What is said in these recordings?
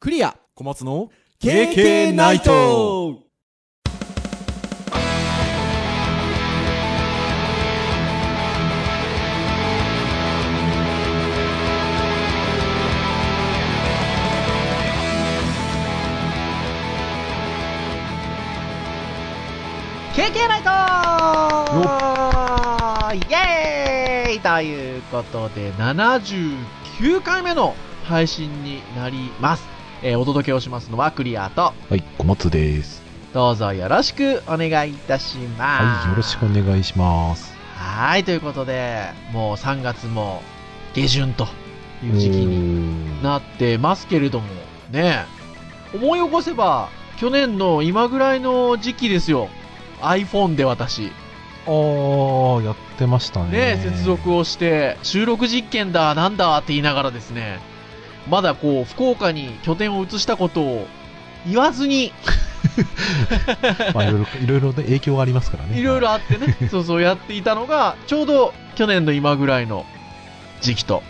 クリア小松の KK ナイト経験ナイトイエーイということで、79回目の配信になります。えーお届けをしますのはクリアと、はい、小松です。どうぞよろしくお願いいたします。はい、よろしくお願いします。はーい、ということで、もう3月も下旬という時期にになってますけれども、ねえ、思い起こせば、去年の今ぐらいの時期ですよ。iPhone で私。あー、やってましたね。ね、接続をして、収録実験だ、なんだって言いながらですね、まだこう、福岡に拠点を移したことを言わずに、まあ、いろ いろ、いろいろね、影響がありますからね。いろいはろあって ね、そうそうやっていたのが、ちょうど去年の今ぐらいの時期と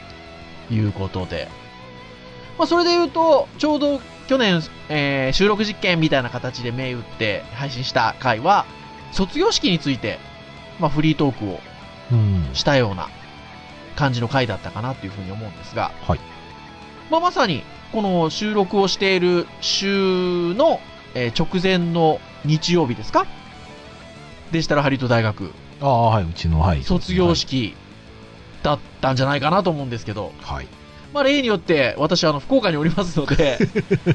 いうことで、まあ、それで言うと、ちょうど去年、えー収録実験みたいな形で銘打って配信した回は、卒業式について、まあ、フリートークをい。うん。したような感じの回だったかなというふうに思うんですが、はいまあ、まさにこの収録をしている週の、えー直前の日曜日ですかデジタルハリウッド大学ああ、はい、うちの、はい。卒業。式だったんじゃないかなと思うんですけど、はい。まあ、例によって私はあの福岡におりますの で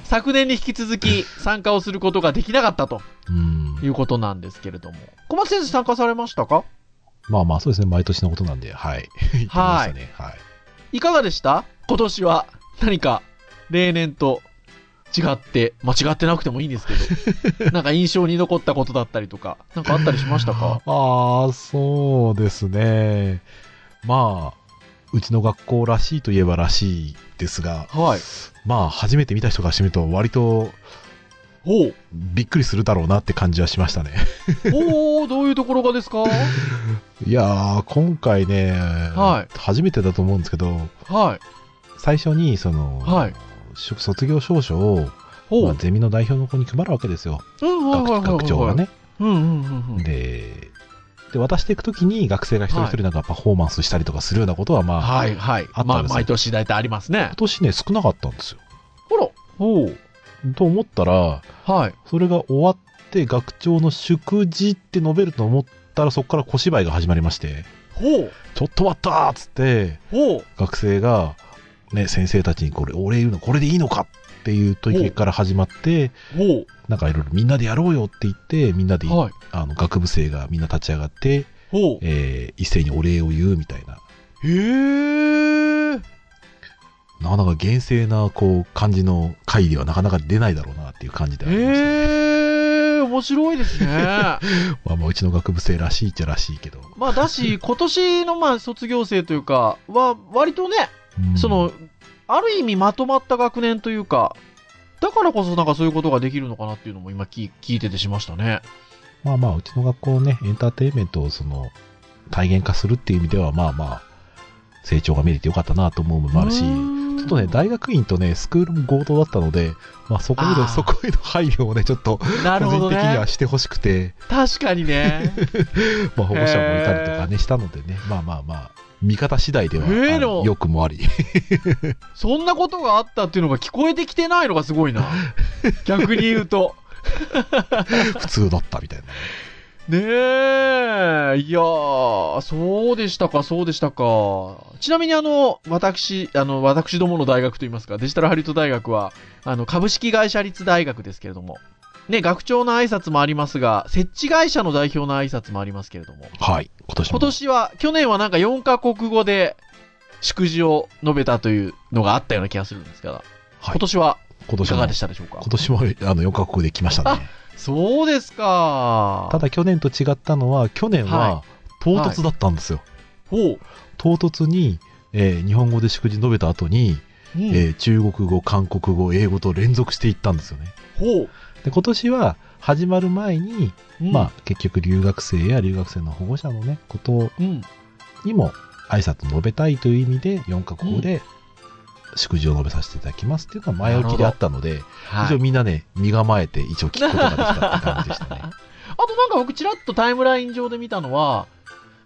昨年に引き続き参加をすることができなかったとうん。いうことなんですけれども小松先生参加されましたかまあまあ、そうですね、毎年のことなんで、はい。 言ってましたね。はい。いかがでした今年は何か例年と違って、まあ、違ってなくてもいいんですけ ど、なんか印象に残ったことだったりとか、なんかあったりしましたかああ、そうですね。まあ、うちの学校らしいといえばらしいですが、はい。まあ、初めて見た人がしてみると、割とおうびっくりするだろうなって感じはしましたね。おーどういうところがですかいやー、今回ね、は初めてだと思うんですけど、はい。最初に、その、はいし卒業証書を、ほまあう。ゼミの代表の子に配るわけですよ。うん、はいはいはいはい学学長が。ね。うんうんうんうん。で、で渡していくときに学生が一人一人なんかパフォーマンスしたりとかするようなことは、まあ、はいはい。あったんですよまあ、毎年大体ありますね今。年ね、少なかったんですよ。ほら。ほう。と思ったら、はい。それが終わって学長の祝辞って述べると思ったら、そこから小芝居が始まりまして、ほう。ちょっと終わったーっつって、ほう。学生が、ね、先生たちにこれ、俺言うのこれでいいのかっていう問いかけから始まって、ほなんかいろいろみんなでやろうよって言って、みんなで、う。はい。あの学部生がみんな立ち上がって、ほう。えー一斉にお礼を言うみたいな、へー。なかなか厳正なこう感じの会ではなかなか出ないだろうなっていう感じでありました、ねへー。面白いですね。まあ、まあうちの学部生らしいっちゃらしいけど、まあだ し、今年のまあ卒業生というか、は、割とね、うんその、ある意味まとまった学年というか、だからこそなんかそういうことができるのかなっていうのも今聞聞いててしましたね。まあまあうちの学校ねエンターテインメントをその体現化するっていう意味ではまあまあ成長が見れてよかったなと思うのもあるうしちーんょっとね、大学院とね、スクールも合同だったので、まあ、そこへあーの、そこへの配慮をね、ちょっと、なる個ほ人ど的にねは。してほしくて、確かに ね。まあ、保護者もいたりとかね、したのでね、まあまあまあ、見方次第では、へーあののよくもあり。そんなことがあったっていうのが聞こえてきてないのがす ごいな。逆に言うと。普通だったみたいな。ねえ。いやー、そうでしたか、そうでしたか。ちなみにあの、私、あの、私どもの大学といいますか、デジタルハリウッド大学は、あの、株式会社立大学ですけれども、ね、学長の挨拶もありますが、設置会社の代表の挨拶もありますけれども、はい、今年も。今年は、去年はなんか4カ国語で祝辞を述べたというのがあったような気がするんですが、はい今年は今い年かもがで、したでしょうか今年もあの4カ国で来ましたね。そうですか。ただ去年と違ったのは、去年はは唐突だったんですよ。ほう。唐突に、えー日本語で祝辞述べた後に、うんえー中国語、韓国語、英語と連続していったんですよね。ほう。で今年は始まる前に、うんまあ、結局留学生や留学生の保護者のね、ことうん。にも挨拶述べたいという意味で4カ国語で祝辞を述べさせていただきますっていうのは前置きであったので、は一応い、みんなね、身構えて一応聞くことができたって感じ でしたね。あとなんか僕ちらっとタイムライン上で見たのは、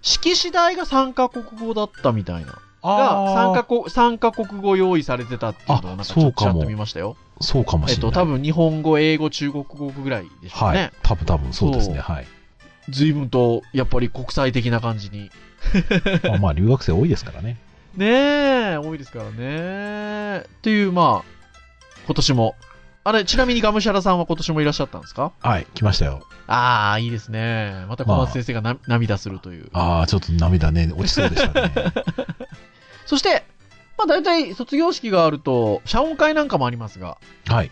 式次第が3カ国語だったみたいな。が3カああ、国、三カ国語用意されてたっていうのをなんかちあそょうっとかちもらっと見ましたよ。そうかもえっしれない。と、多分日本語、英語、中国語ぐらいでしょうはね。い。多分多分そうですね。そうはい。随分と、やっぱり国際的な感じに。まあまあ留学生多いです からね。ねえ、多いですからね。っていう、まあ、今年も。あれ、ちなみにガムシャラさんは今年もいらっしゃったんですかはい、来ましたよ。ああ、いいですね。また小松先生がな、涙するという。ああ、ちょっと涙ね、落ちそうでしたね。 そして、まあ大体卒業式があると、謝恩会なんかもありますが、はい。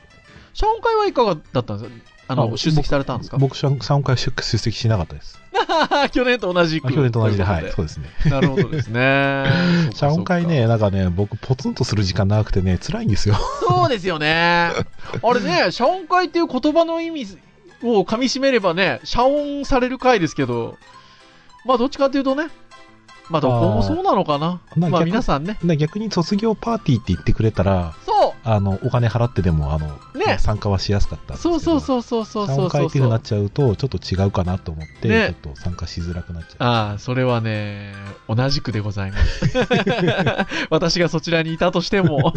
謝恩会はいかがだったんですかあの、あ出席されたんですか僕、3回出出席しなかったです。 去年と同じあく。去年と同じで、はとい、うそうですね。ことでなるほどですね。 謝恩会ね、なんかね、僕、ポツンとする時間長くてね、辛いんですよ。 そうか。そうかそうですよね。あれね、謝恩会っていう言葉の意味を噛み締めればね、謝恩される会ですけど、まあどっちかというとね、まあどこもそうなのかな。あーなんまかあ逆皆さんね。で逆に卒業パーティーって言ってくれたら、そあの、お金払ってでも、あの、ね参加はしやすかったうんですけど。そうそうそうそうそうそう謝そう恩会っていうふうになっちゃうと、ちょっと違うかなと思って、ねちょっと参加しづらくなっちゃう。ああ、それはね、同じくでございます。 私がそちらにいたとしても。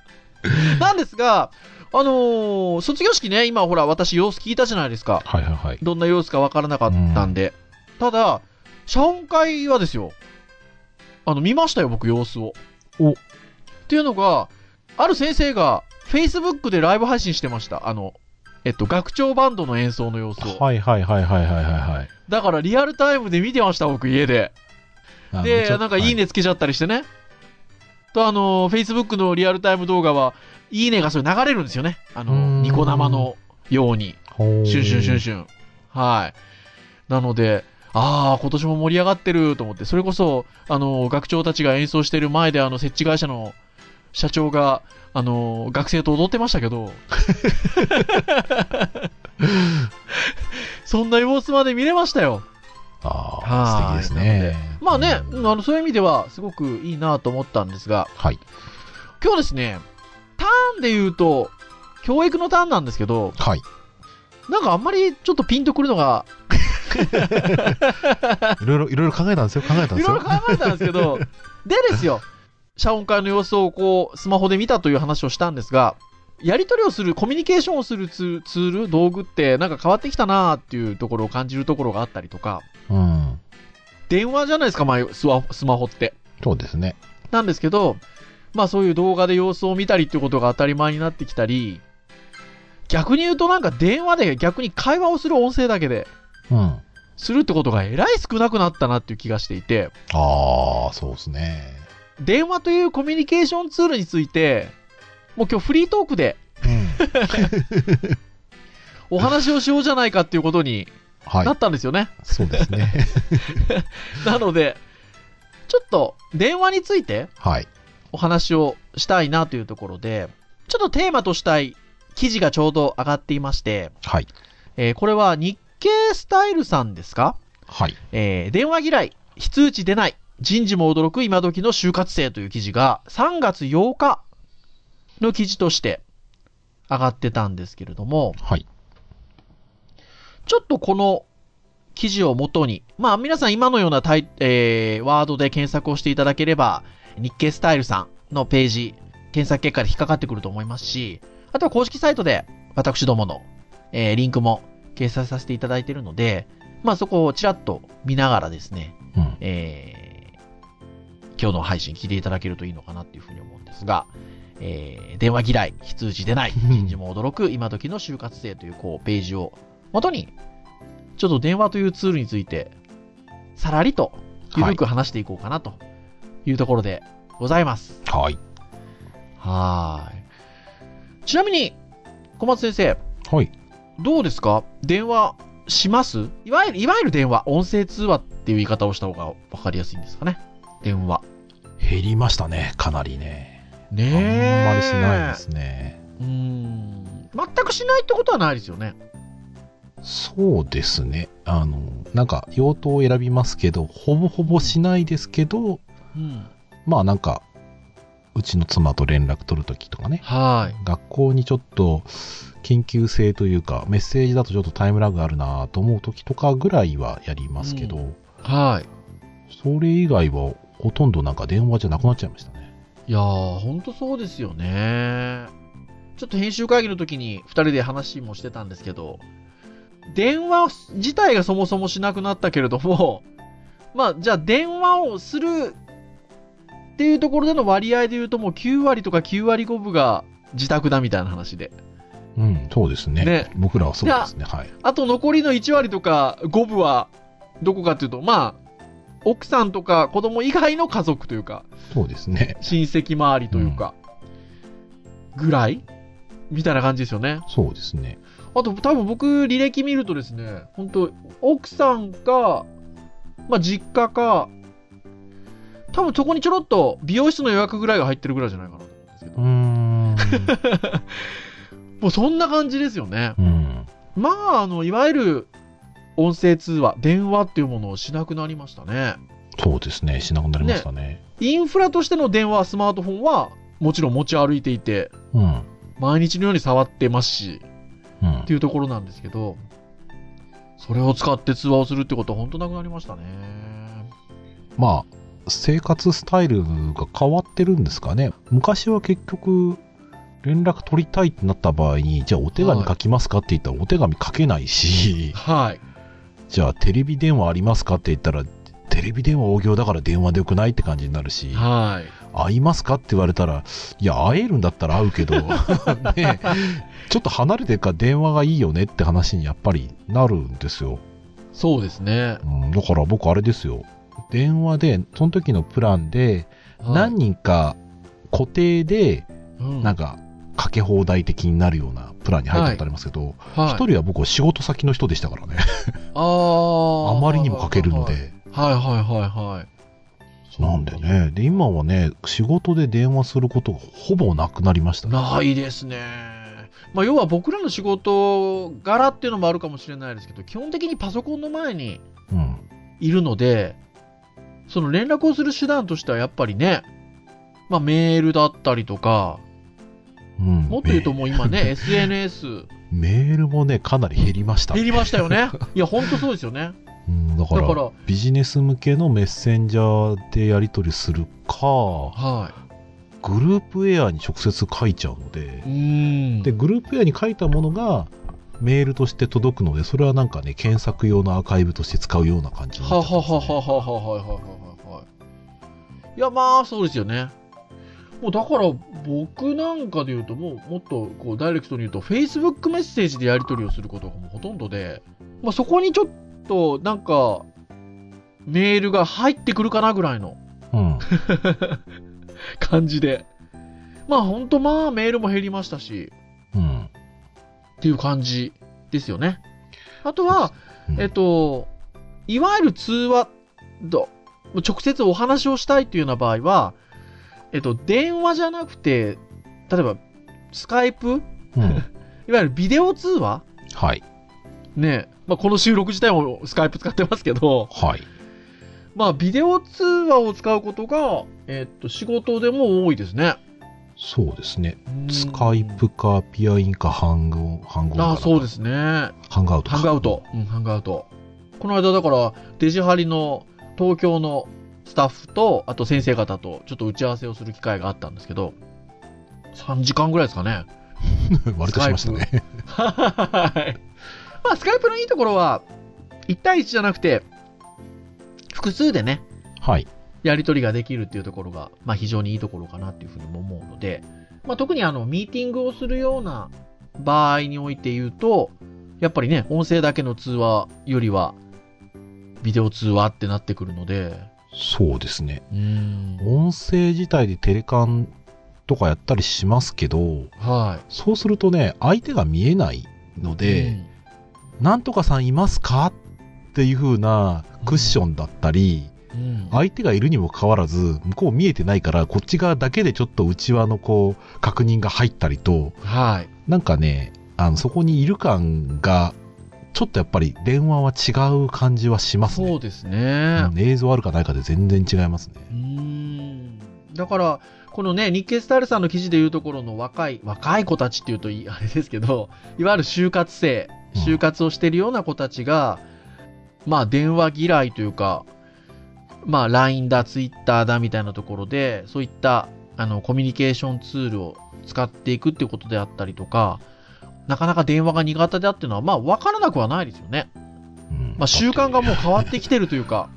なんですが、あのー卒業式ね、今ほら、私様子聞いたじゃないですか。はいはいはい。どんな様子かわからなかったんで。ただ、謝恩会はですよ、あの、見ましたよ、僕、様子を。おっていうのが、ある先生が、Facebook でライブ配信してました。あの、えっと、学長バンドの演奏の様子を。はいはいはいはいはいはいはい。だから、リアルタイムで見てました、僕、家で。あのでちょ、っとなんかいいねつけちゃったりしてね。と、あの、Facebook のリアルタイム動画は、いいねがそれ流れるんですよね。あうーの、んニコ生のように。はいシュンシュンシュンシュン。はい。なので、ああ、今年も盛り上がってると思って、それこそ、あの、学長たちが演奏してる前で、あの、設置会社の社長が、あの、学生と踊ってましたけ ど、そんな様子まで見れましたよ。あはあ、い素敵ですね。まあね、うあんのそういう意味ではすごくいいなと思ったんですが、はい。今日ですね、ターンで言うと、教育のターンなんですけど、 はい。なんかあんまりちょっとピンとくるのが、いろいろ、いろいろ考えたんですよ。考えたんいですろいろよ考。えたんですけど、でですよ、謝恩会の様子をこう、スマホで見たという話をしたんですが、やり取りをする、コミュニケーションをするツーツール、道具って、なんか変わってきたなーっていうところを感じるところがあったりとか、うん。電話じゃないですか、まあ、スワスマホって。そうですね。なんですけど、まあそういう動画で様子を見たりってことが当たり前になってきたり、逆に言うとなんか電話で逆に会話をする音声だけでうん。あするってことがえらい少なくなったなっていう気がしていて、あ、そうですね。電話というコミュニケーションツールについて、もう今日フリートークでうん。お話をしようじゃないかっていうことには いな。ったんですよね。そうで すね。なので、ちょっと電話についてはい。お話をしたいなというところで、ちょっとテーマとしたい記事がちょうど上がっていまして、はい。えーこれは日経スタイルさんですか、はい。えー電話嫌い、非通知出ない、人事も驚く今時の就活生という記事が3月8日の記事として上がってたんですけれども、はい。ちょっとこの記事を元に、まあ皆さん今のようなタイ、えーワードで検索をしていただければ、日経スタイルさんのページ、検索結果で引っかかってくると思いますし、あとは公式サイトで私どもの、えーリンクも掲載させていただいているので、まあそこをちらっと見ながらですね、うん。えー今日の配信聞いていただけるといいのかなっていうふうに思うんですが、えー電話嫌い、非通知出 ない、人事も驚く今時の就活生というこうページを元に、ちょっと電話というツールについて、さらりと、ゆるく話していこうかなというところでございます。はい。はーい。ちなみに、小松先生、はい。どうですか電話しますいわゆる、いわゆる電話、音声通話っていう言い方をした方がわかりやすいんですかね。電話。減りましたね。かなりね。ねあんえ。まりしないですね。うーん。全くしないってことはないですよね。そうですね。あの、なんか、用途を選びますけど、ほぼほぼしないですけど、うん。まあなんか、うちの妻と連絡取るときとかね、はい。学校にちょっと緊急性というか、メッセージだとちょっとタイムラグあるなと思うときとかぐらいはやりますけど、うはい。それ以外はほとんどなんか電話じゃなくなっちゃいましたね。いやー、ほんとそうですよね。ちょっと編集会議の時に2人で話もしてたんですけど、電話自体がそもそもしなくなったけれども、 まあ、じゃあ電話をするっていうところでの割合で言うともう9割とか9割5分が自宅だみたいな話で。うん、そうですね。ね僕らはそうですね。はい。あと残りの1割とか5分はどこかっていうと、まあ、奥さんとか子供以外の家族というか、そうですね。親戚周りというか、ぐらいみたいな感じですよね。そうですね。あと多分僕履歴見るとですね、本当奥さんか、まあ実家か、多分そこにちょろっと美容室の予約ぐらいが入ってるぐらいじゃないかなと思うんですけどう、ーん。もうそんな感じですよね。うん。まあ、あの、いわゆる音声通話、電話っていうものをしなくなりましたね。そうですね。しなくなりましたね。インフラとしての電話、スマートフォンはもちろん持ち歩いていて、うん。毎日のように触ってますし、うんって。いうところなんですけど、それを使って通話をするってことは本当なくなりましたね。まあ、生活スタイルが変わってるんですかね。昔は結局、連絡取りたいってなった場合に、じゃあお手紙書きますかって言ったらお手紙書けないし、はい。じゃあテレビ電話ありますかって言ったら、テレビ電話大行だから電話でよくないって感じになるし、はい。会いますかって言われたら、いや、会えるんだったら会う けど、ね、ちょっと離れてるから電話がいいよねって話にやっぱりなるんですよ。そうですね。うん、だから僕あれですよ。電話で、その時のプランで、何人か固定で、何なんか、か、かけ放題的になるようなプランに入ったことありますけど、は一、い、人は僕は仕事先の人でしたからね。あーあまりにもかけるの。で。はいはいはいはい。なんでね。で、今はね、仕事で電話することがほぼなくなりましたね。ないですね。まあ、要は僕らの仕事柄っていうのもあるかもしれないですけど、基本的にパソコンの前にうん。いるので、その連絡をする手段としてはやっぱりね、まあ、メールだったりとか、うん、もっと言うとメもう今ね、SNS メールもね、かなり減りましたね、減りましたよね。いや、ほんとそうですよ ね。うん、だかだらから、ビジネス向けのメッセンジャーでやり取りするか、はグループウェアに直接書いちゃうのでい。う、ーん。で、グループウェアに書いたものがメールとして届くので、それはなんかね、検索用のアーカイブとして使うような感じになははっちゃはってますねはははははいはいはい。いや、まあ、そうですよね。もうだから、僕なんかで言うと、もう、もっと、こう、ダイレクトに言うと、Facebook メッセージでやり取りをすることがもうほとんどで、まあ、そこにちょっと、なんか、メールが入ってくるかなぐらいのうん。感じで。まあ、ほんと、まあ、メールも減りましたし、うん。っていう感じですよね。あとは、うんえっと、いわゆる通話と、直接お話をしたいというような場合は、えっと、電話じゃなくて、例えば、スカイプ ういん。わゆるビデオ通話はい。ねえまあ、この収録自体もスカイプ使ってますけど、はい。まあ、ビデオ通話を使うことが、えっと、仕事でも多いですね。そうですね。スカイプか、ピアインか、ハングオン、ハングオンかあなあ、そうですね。ハングアウトかハングアウト。うん、ハングアウト。この間、だから、デジハリの東京のスタッフと、あと先生方と、ちょっと打ち合わせをする機会があったんですけど、3時間ぐらいですかね。割としましたね。はい。まあ、スカイプのいいところは、1対1じゃなくて、複数でね、はい。やり取りができるっていうところが、まあ、非常にいいところかなっていうふうにも思うので、まあ、特にあの、ミーティングをするような場合において言うと、やっぱりね、音声だけの通話よりは、ビデオ通話ってなってくるので、そうですね。うーん。音声自体でテレカンとかやったりしますけど、はそうするとね、相手が見えないのい。で、なんとかさんいますかっていう風なクッションだったり、うん、うん相手がいるにもかかわらず、向こう見えてないから、こっち側だけでちょっと内輪のこう、確認が入ったりと、はい。なんかね、あの、そこにいる感が、ちょっとやっぱり電話は違う感じはしますそねう。ですねう。ん映像あるかないかで全然違いますね。うーん。だから、このね、日経スタイルさんの記事でいうところの若い、若い子たちっていうといい、あれですけど、いわゆる就活生、うん就活をしてるような子たちが、まあ、電話嫌いというか、まあ、LINE だ、Twitter だみたいなところで、そういった、あの、コミュニケーションツールを使っていくっていうことであったりとか、なかなか電話が苦手だっていうのは、まあ、わからなくはないですよね。うんまあ、習慣がもう変わってきてるというか、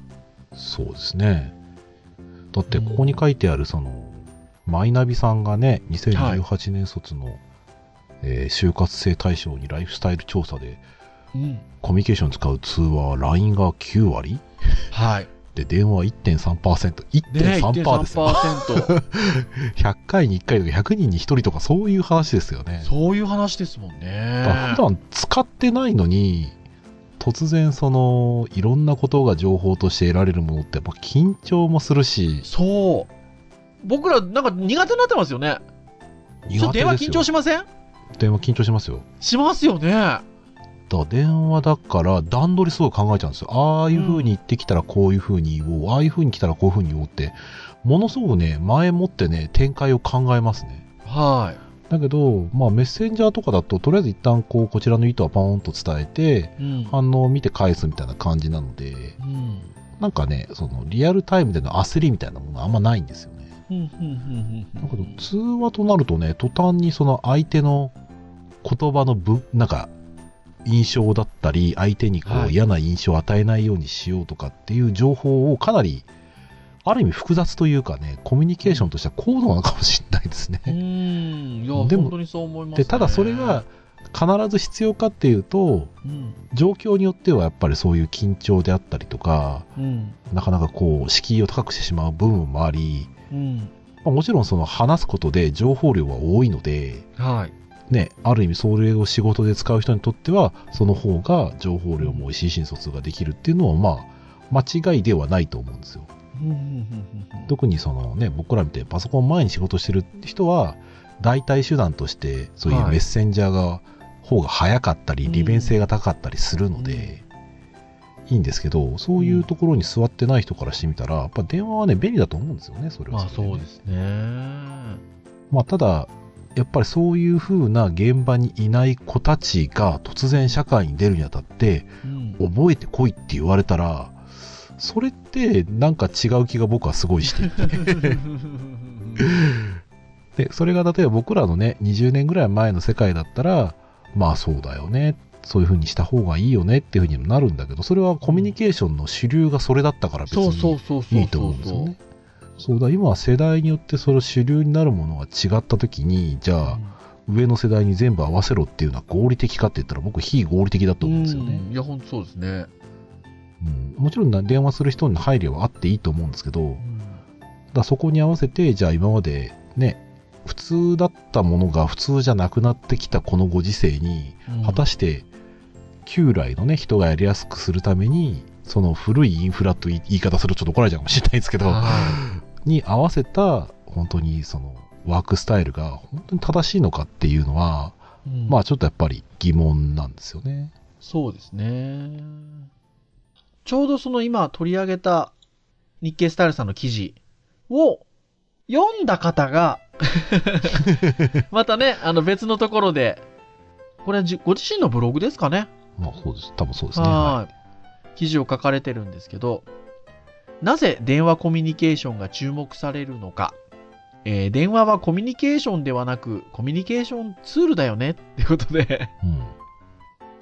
そうですね。だって、ここに書いてある、その、マイナビさんがね、2018年卒の、えー就活生対象にライフスタイル調査で、うん。コミュニケーション使う通話、LINE が9割はい。で、電話1.3%、1.3%ですよ。 1.3%。 100回に1回とか100人に1人とか、そういう話ですよね。そういう話ですもんねだ。から普段使ってないのに、突然、その、いろんなことが情報として得られるものって、やっぱ緊張もするし、そう。僕ら、なんか苦手になってますよね。ちょっと電話緊張しません電話緊張しますよ。しますよね。だから電話だから段取りすごい考えちゃうんですよ。ああいう風に言ってきたらこういう風に言おう、ああいう風に来たらこういう風に言おうって、ものすごくね、前もってね、展開を考えますね。はだけど、まあメッセンジャーとかだと、とりあえず一旦こう、こちらの意図はパーンと伝えて、い。うん。反応を見て返すみたいな感じなので、うん。なんかね、そのリアルタイムでの焦りみたいなものはあんまないんですよね。うんうんうんだけど通話となるとね、途端にその相手の言葉のぶ、なんか、印象だったり、相手にこはうい嫌な印象を与えないようにしようとかっていう情報をかなり、ある意味複雑というかね、コミュニケーションとしては高度なのかもしれないですね。うん。うん。いや、でも本当にそう思います、ね。で、ただそれが、必ず必要かっていうと、うん。状況によってはやっぱりそういう緊張であったりとか、うん。なかなかこう、敷居を高くしてしまう部分もあり、うん。まあもちろんその話すことで情報量は多いので、はい。ね、ある意味それを仕事で使う人にとってはその方が情報量も多いし意思疎通ができるっていうのはまあ間違いではないと思うんですようんうんうんうんうん特にそのね僕らみたいにパソコン前に仕事してる人は代替手段としてそういうはいメッセンジャーが方が早かったりうん利便性が高かったりするので、いいんですけどそういうところに座ってない人からしてみたらやっぱ電話はね便利だと思うんですよねそれはまあれそうねですね。まあ、ただ、やっぱりそういう風な現場にいない子たちが突然社会に出るにあたって、うん覚えてこいって言われたら、それってなんか違う気が僕はすご いしていてで、それが例えば僕らのね、20年ぐらい前の世界だったら、まあそうだよね、そういう風にした方がいいよねっていう風にもなるんだけど、それはコミュニケーションの主流がそれだったから別そうそにうそうそうそう。いいと思うんですよね。そうだ、今は世代によってその主流になるものが違った時に、じゃあ、上の世代に全部合わせろっていうのは合理的かって言ったら僕非合理的だと思うんですよね、うんいや、本当そうですね。うんもちろんな電話する人の配慮はあっていいと思うんですけどだからそこに合わせてじゃあ今までね普通だったものが普通じゃなくなってきたこのご時世に果たしして旧来のね人がやりやすくするためにその古いインフラという言い方するとちょっと怒られちゃうかもしれないですけどに合わせた本当にそのワークスタイルが本当に正しいのかっていうのはまあちょっとやっぱり疑問なんですよね。そうですね。ちょうどその今取り上げた日経スタイルさんの記事を読んだ方 が、またね、あの別のところで、これはじご自身のブログですかね。まあそうです。多分そうですね。ははい。記事を書かれてるんですけど、なぜ電話コミュニケーションが注目されるのか。えー電話はコミュニケーションではなく、コミュニケーションツールだよねってことで、い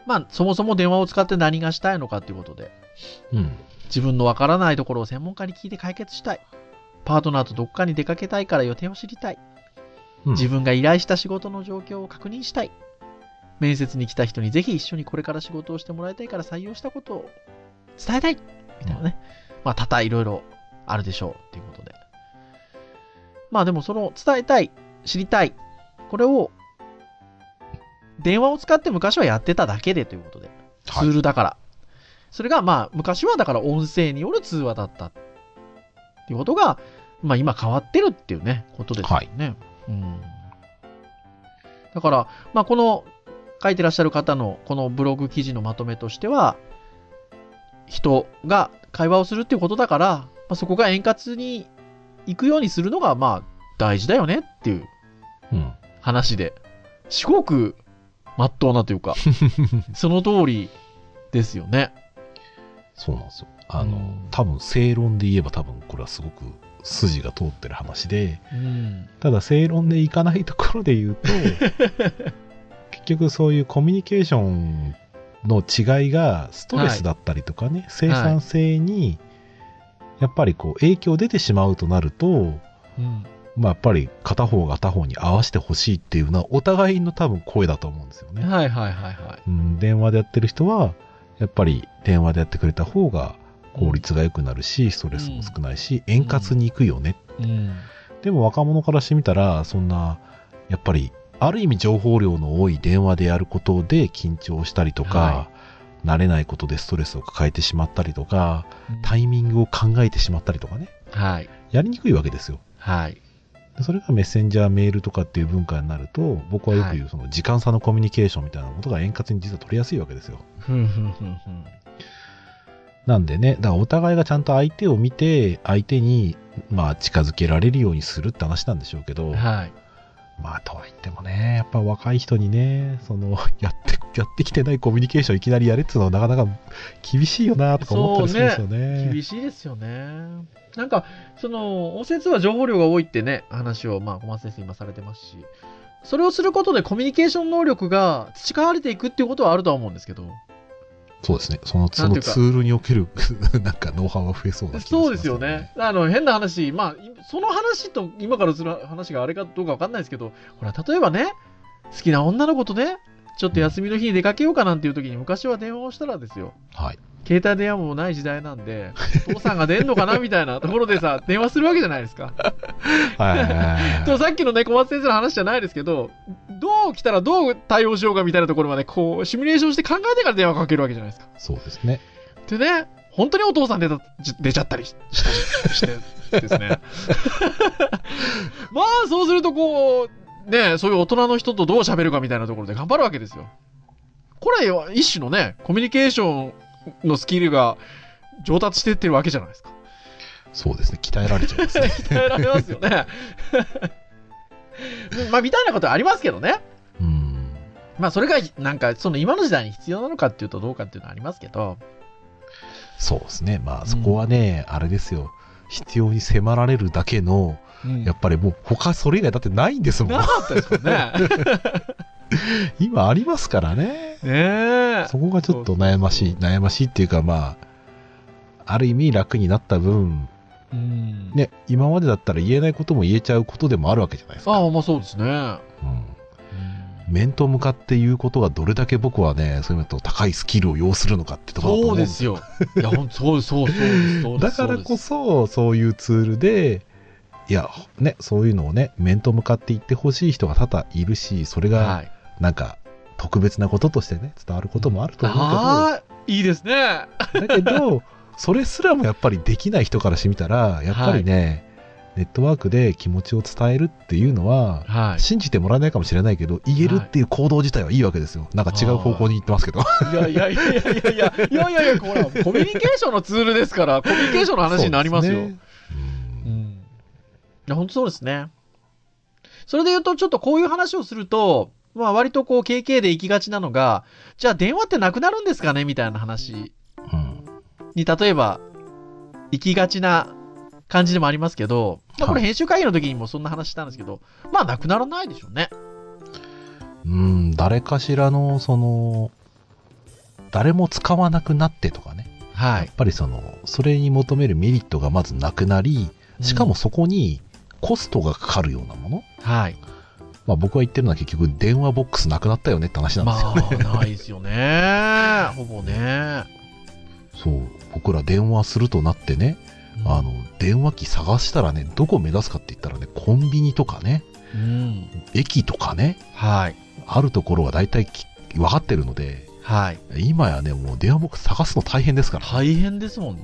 まあ、そもそも電話を使って何がしたいのかっていうことで、うん。うん。自分のわからないところを専門家に聞いて解決したい。パートナーとどっかに出かけたいから予定を知りたい。うん自分が依頼した仕事の状況を確認したい。面接に来た人にぜひ一緒にこれから仕事をしてもらいたいから採用したことを伝えたいみたいなね。まあ、多々いろいろあるでしょうということで。まあでもその伝えたい、知りたい、これを電話を使って昔はやってただけでということで。ツはいールだから。それがまあ昔はだから音声による通話だったっていうことが、まあ今変わってるっていうね、ことですよね。うん。だから、まあこの書いてらっしゃる方のこのブログ記事のまとめとしては、人が会話をするっていうことだから、まあ、そこが円滑に行くようにするのが、まあ、大事だよねっていううん。話で、すごく、まっとうなという か、その通りですよね。そうなんですよ。あうのん、多分正論で言えば多分これはすごく筋が通ってる話で、うん。ただ正論でいかないところで言 うと、結局そういうコミュニケーションの違いがストレスだったりとかね、生産性に、やっぱりこう影響出てしまうとなると、うん。まあやっぱり片方が他方に合わせてほしいっていうのはお互いの多分声だと思うんですよね。はいはいはいはい。うん、電話でやってる人は、やっぱり電話でやってくれた方が効率が良くなるし、ストレスも少ないし、円滑に行くよね。うん。でも若者からしてみたら、そんな、やっぱり、ある意味情報量の多い電話でやることで緊張したりとか、は慣れないことでストレスを抱えてしまったりとか、タイミングを考えてしまったりとかね、はい。やりにくいわけですよ。はい。でそれがメッセンジャー、メールとかっていう文化になると、僕はよく言う、その時間差のコミュニケーションみたいなことが円滑に実は取りやすいわけですよ。ふんふんふんふん。なんでね、だからお互いがちゃんと相手を見て、相手に、まあ、近づけられるようにするって話なんでしょうけど、はい。まあ、とはいってもね、やっぱ若い人にね、その、 やって、やってきてないコミュニケーションいきなりやれっていうのはなかなか厳しいよな、とか思ったりするんですよね。厳しいですよね。なんか、その、お説は情報量が多いってね、話を、まあ、小松先生今されてますし、それをすることでコミュニケーション能力が培われていくっていうことはあるとは思うんですけど、そうですね。その、そなんのていうかツールにおける、 なんか、ノウハウは増えそうな気がします、そうですよね。。あの、変な話、まあ、いその話と今からする話があれかどうかわかんないですけど、ほら、例えばね、好きな女の子とね、ちょっと休みの日に出かけようかなんていう時に昔は電話をしたらですよ、はい。携帯電話もない時代なんで、父さんが出んのかなみたいな ところでさ、電話するわけじゃないですか。はいはいはいではもい。さっきのね、小松先生の話じゃないですけど、どう来たらどう対応しようかみたいなところまで、こう、シミュレーションして考えてから電話かけるわけじゃないです か。そうですね。でね、本当にお父さん出た、じ出ちゃったりししたりしてです ね。まあ、そうするとこう、ね、そういう大人の人とどう喋るかみたいなところで頑張るわけですよ。これは一種のね、コミュニケーションのスキルが上達してってるわけじゃないですか。そうですね。鍛えられちゃいます ね。鍛えられますよね。 まあ、みたいなことありますけどね。うん。まあ、それが、なんか、その今の時代に必要なのかっていうとどうかっていうのはありますけど。そうですね。まあそこはね、あれですよ。必要に迫られるだけの、やっぱりもう他それ以外だってないんですも。なんかったですもんね。 今ありますからね。 ねえ。そこがちょっと悩ましい、悩ましいっていうかまあ、ある意味楽になった分、うんね、今までだったら言えないことも言えちゃうことでもあるわけじゃないですか。ああ、まあそうですね。うんうん面と向かって言うことがどれだけ僕はね、そういうのと高いスキルを要するのかってところだとそう思うんでですよすよ。いや、ほんとそうそうそうですそうでだす。からそこそ、そういうツールで、いや、ね、そういうのをね、面と向かって言ってほしい人が多々いるし、それうです、がはい。なんか特別なこととしてね、伝わることもあると思うああ、いいですね。けど、だけど、それすらもやっぱりできない人からしてみたら、やっぱりね、ネットワークで気持ちを伝えるっていうのは、は信じてもらえないかもしれないけど、言えるっていう行動自体はいいわけですよ。なんか違う方向に行ってますけど。い。いやいやいやいやいやいやいやいや、これはコミュニケーションのツールですから、コミュニケーションの話になりますよ。そうでねううんん。いや、本当そうですね。それで言うと、ちょっとこういう話をすると、まあ割とこう KK で行きがちなのが、じゃあ電話ってなくなるんですかねみたいな話うんに例えば行きがちな感じでもありますけど、まあ、こはれい編集会議の時にもそんな話したんですけど、まあなくならないでしょうね。うん、誰かしらの、その、誰も使わなくなってとかね。はやっ。ぱりその、それに求めるメリットがまずなくなり、しかも、そこにコストがかかるようなもの。はい。まあ僕が言ってるのは結局電話ボックスなくなったよねって話なんでますよ。あ、ないですよ ね。ほぼね。そう。僕ら電話するとなってね、あの、電話機探したらね、どこ目指すかって言ったらね、コンビニとかね、うん。駅とかね、はい。あるところは大体き分かってるので、はい。今やね、もう電話ボックス探すの大変ですから。大変ですもんね。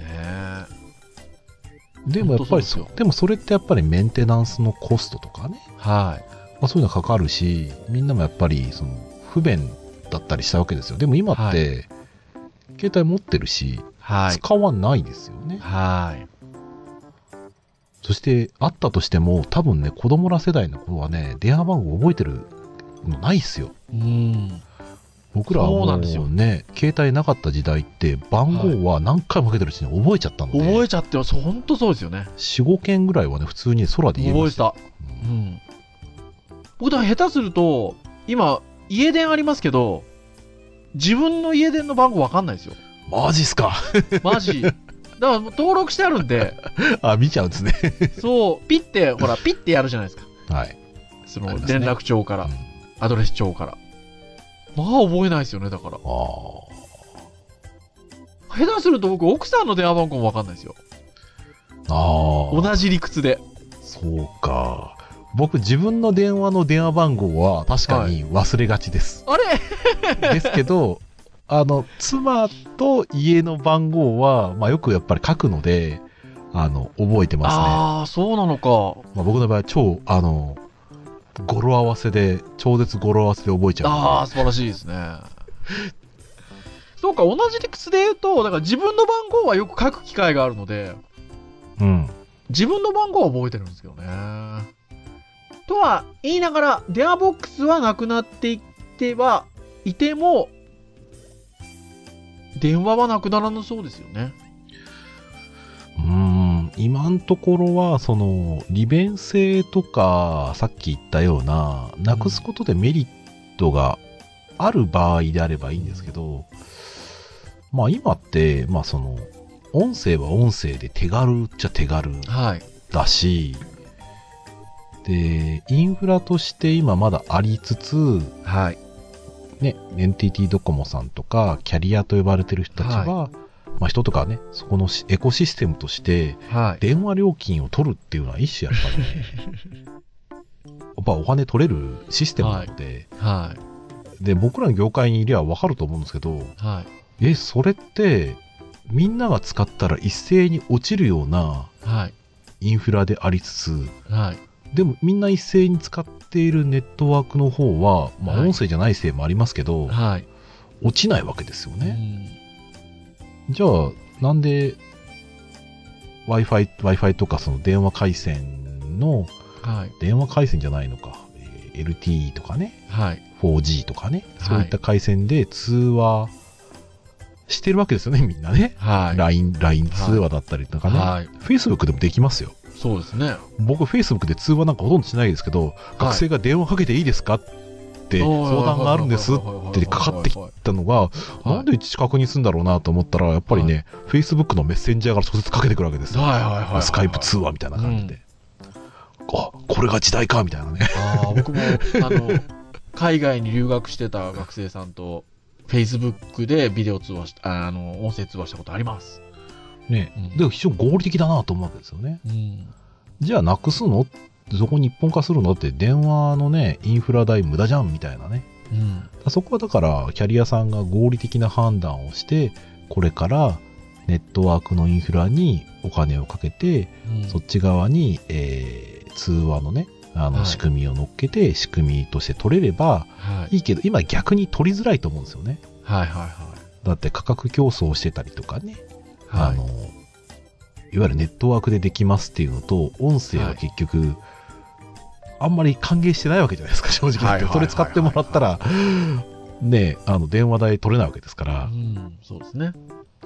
でもや本っぱり当そうそですよでもそれってやっぱりメンテナンスのコストとかね、はい。まあ、そういうのはかかるしみんなもやっぱりその不便だったりしたわけですよでも今って、は携帯持ってるし、はい。使わないですよねはい。そして、あったとしても、多分ね、子供ら世代の子はね、電話番号覚えてるのないっすよ。うん。僕らはもそうなんですようね、携帯なかった時代って、番号は何回もかけてるうちに覚えちゃったので、覚えちゃってます。ほんとそうですよね。 4、5件ぐらいはね、普通に空で言え覚まえてすよ。た。うん。僕、だから下手すると、今、家電ありますけど、自分の家電の番号わかんないですよ。マジっすか。マジ。だから、登録してあるんで、 あ、見ちゃうんですね。そう、ピッて、ほら、ピッてやるじゃないですか。はい。そあの、りますね連絡帳からうん、アドレス帳から。まあ、覚えないですよね、だから。ああ。下手すると僕、奥さんの電話番号もわかんないですよ。ああ。同じ理屈で。そうか。僕、自分の電話の電話番号は確かに忘れがちです。あれですけど、 あの、妻と家の番号は、まあ、よくやっぱり書くので、あの、覚えてますね。ああ、そうなのか。まあ、僕の場合は超、あの、語呂合わせで、超絶語呂合わせで覚えちゃうので。ああ、素晴らしいですね。そうか、同じ理屈で言うと、だから自分の番号はよく書く機会があるので、うん。自分の番号は覚えてるんですけどね。とは言いながら、電話ボックスはなくなっていってはいても、電話はなくならなそうですよね。うーん今のところはその利便性とかさっき言ったようななくすことでメリットがある場合であればいいんですけど、まあ今ってまあその音声は音声で手軽っちゃ手軽はい。だしでインフラとして今まだありつつはい。ね、エンティティドコモさんとか、キャリアと呼ばれてる人たちは、まあ人とかね、そこのしエコシステムとして、はい。電話料金を取るっていうのは一種やっぱりね、 やっぱお金取れるシステムなので、はい。で、僕らの業界にいりゃわかると思うんですけど、はい。え、それって、みんなが使ったら一斉に落ちるようなはい。インフラでありつつ、はい。でもみんな一斉に使っているネットワークの方は、まあはい音声じゃないせいもありますけど、はい。落ちないわけですよね。ね。じゃあ、なんで Wi-Fi、Wi-Fi とかその電話回線の、はい。電話回線じゃないのか、えー LTE とかね、はい。 4G とかね、はいそういった回線で通話してるわけですよね、みんなね。はい。 LINE、LINE 通話だったりとかね。はい。 Facebook でもできますよ。そうですね。僕、Facebook で通話なんかほとんどしないですけど、学生が電話かけていいですかって相談があるんですっててかかってきはい言ったのが、なんで近くに住んだろうなと思ったら、やっぱりね、Facebook のメッセンジャーから直接かけてくるわけですよ。はいはいはい。スカイプ通話みたいな感じで。あこれが時代かみたいなね。ああ、僕も、あの、海外に留学してた学生さんと、Facebook でビデオ通話した、ああの、音声通話したことあります。ねうんで、非常に合理的だなと思うわけですよね。うん。じゃあなくすのそこに一本化するのって電話のね、インフラ代無駄じゃんみたいなね。うん。そこはだから、キャリアさんが合理的な判断をして、これからネットワークのインフラにお金をかけて、うんそっち側に、えー通話のね、あはのい仕組みを乗っけて、仕組みとして取れればはい。いいけど、今逆に取りづらいと思うんですよね。はいはいはいだって価格競争をしてたりとかね、はい。あの、いわゆるネットワークでできますっていうのと、音声ははい結局、あんまり歓迎してないわけじゃないですか、正直言はっいて。はいそれ使ってもらったら、ね、あの、電話代取れないわけですかうら、ん、そうですね。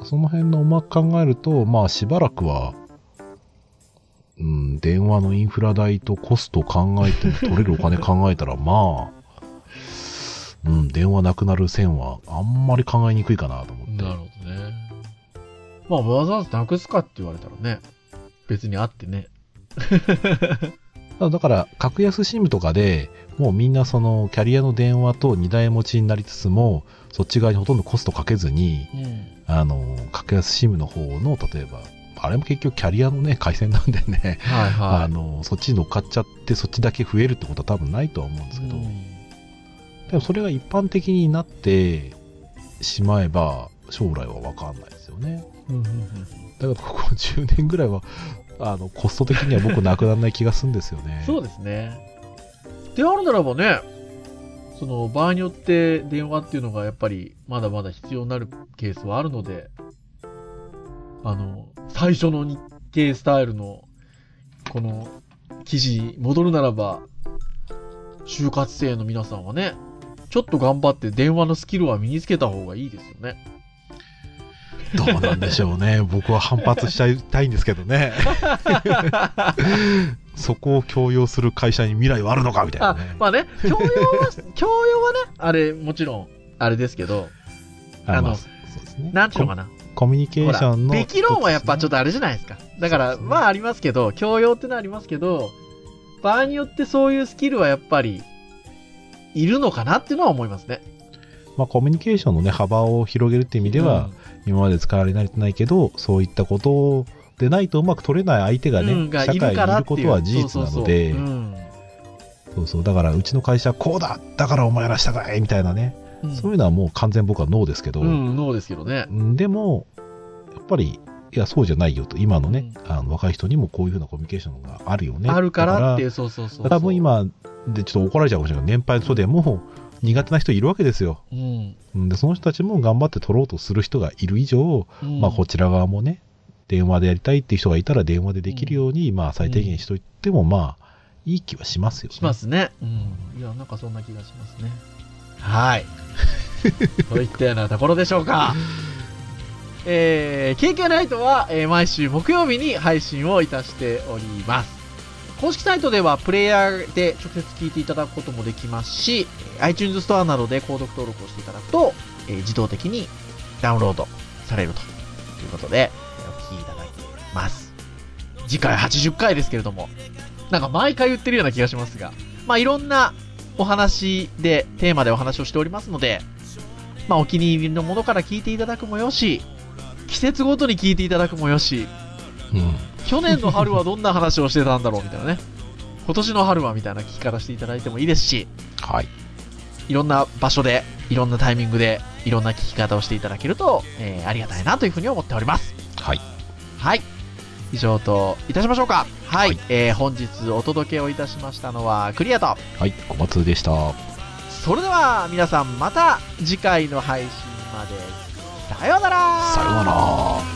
その辺のうまく考えると、まあしばらくは、うん、電話のインフラ代とコストを考えて、取れるお金考えたら、 まあ、うん、電話なくなる線はあんまり考えにくいかなと思って。なるほどね。まあ、わざわざなくすかって言われたらね、別にあってね。ただだから、格安 SIM とかでもうみんなそのキャリアの電話と二台持ちになりつつも、そっち側にほとんどコストかけずに、うん。あの、格安 SIM の方の、例えば、あれも結局キャリアのね、回線なんでね、はいはい。あの、そっちに乗っかっちゃって、そっちだけ増えるってことは多分ないとは思うんですけど、うんでもそれが一般的になってしまえば、将来はわかんないですよね。うんうんうんだからここ10年ぐらいは、あの、コスト的には僕なくならない気がするんですよ 。ねそうですね。であるならばね、その場合によって電話っていうのがやっぱりまだまだ必要になるケースはあるので、あの、最初の日経スタイルのこの記事に戻るならば、就活生の皆さんはね、ちょっと頑張って電話のスキルは身につけた方がいいですよね。どうなんでしょうね。僕は反発しちゃいたいんですけど ね。そこを強要する会社に未来はあるのかみたいなあね。、まあね、教養は、 教養はね、あれ、もちろん、あれですけど、あのまそうですねなんていうのかコな。ミコミュニケほーショらンの、べき論はやっぱちょっと。とあれじゃないですか。だかそうら、ですねまあありますけど、教養ってのはありますけど、場合によってそういうスキルはやっぱり、いるのかなっていうのは思いますね。まあ、コミュニケーションのね、幅を広げるっていう意味では、今まで使われ慣れてないけど、そういったことでないとうまく取れない相手がね、うんが社いる会かにいらっるてこいうとは事実なので、そうそうそううんそうそう、だからうちの会社はこうだだからお前らしたかいみたいなね、そういうのはもう完全僕はノーですけど、うん、ノーですけどね。でも、やっぱり、いや、そうじゃないよと、今のね、あの若い人にもこういうふうなコミュニケーションがあるよね。あるからっていだう、そうそうそうそう。から多分、今でちょっと怒られちゃうかもしれないけど、年配の人でも苦手な人いるわけですよ。うん。うんで、その人たちも頑張って取ろうとする人がいる以上、うんまあ、こちら側もね、電話でやりたいっていう人がいたら電話でできるように、まあ、最低限しといても、まあ、いい気はしますよね。しますね。うん。いや、なんかそんな気がしますね。 はい。といったようなところでしょう か。えー、KK ナイトは、えー毎週木曜日に配信をいたしております。公式サイトではプレイヤーで直接聞いていただくこともできますし、えー iTunes ストアなどで購読登録をしていただくと、えー自動的にダウンロードされるということで、えーお聞きいただいてます。次回80回ですけれども、なんか毎回言ってるような気がしますが、まあ、いろんなお話で、テーマでお話をしておりますので、まあ、お気に入りのものから聞いていただくもよし、季節ごとに聞いていただくもよし、うん去年の春はどんな話をしてたんだろうみたいなね、今年の春はみたいな聞き方していただいてもいいですし、はい。いろんな場所で、いろんなタイミングで、いろんな聞き方をしていただけると、えーありがたいなというふうに思っております。はい。はい。以上といたしましょうか。はい。はいえー本日お届けをいたしましたのは、クリアと、はい。小松でした。それでは皆さんまた次回の配信までさようならさようなら。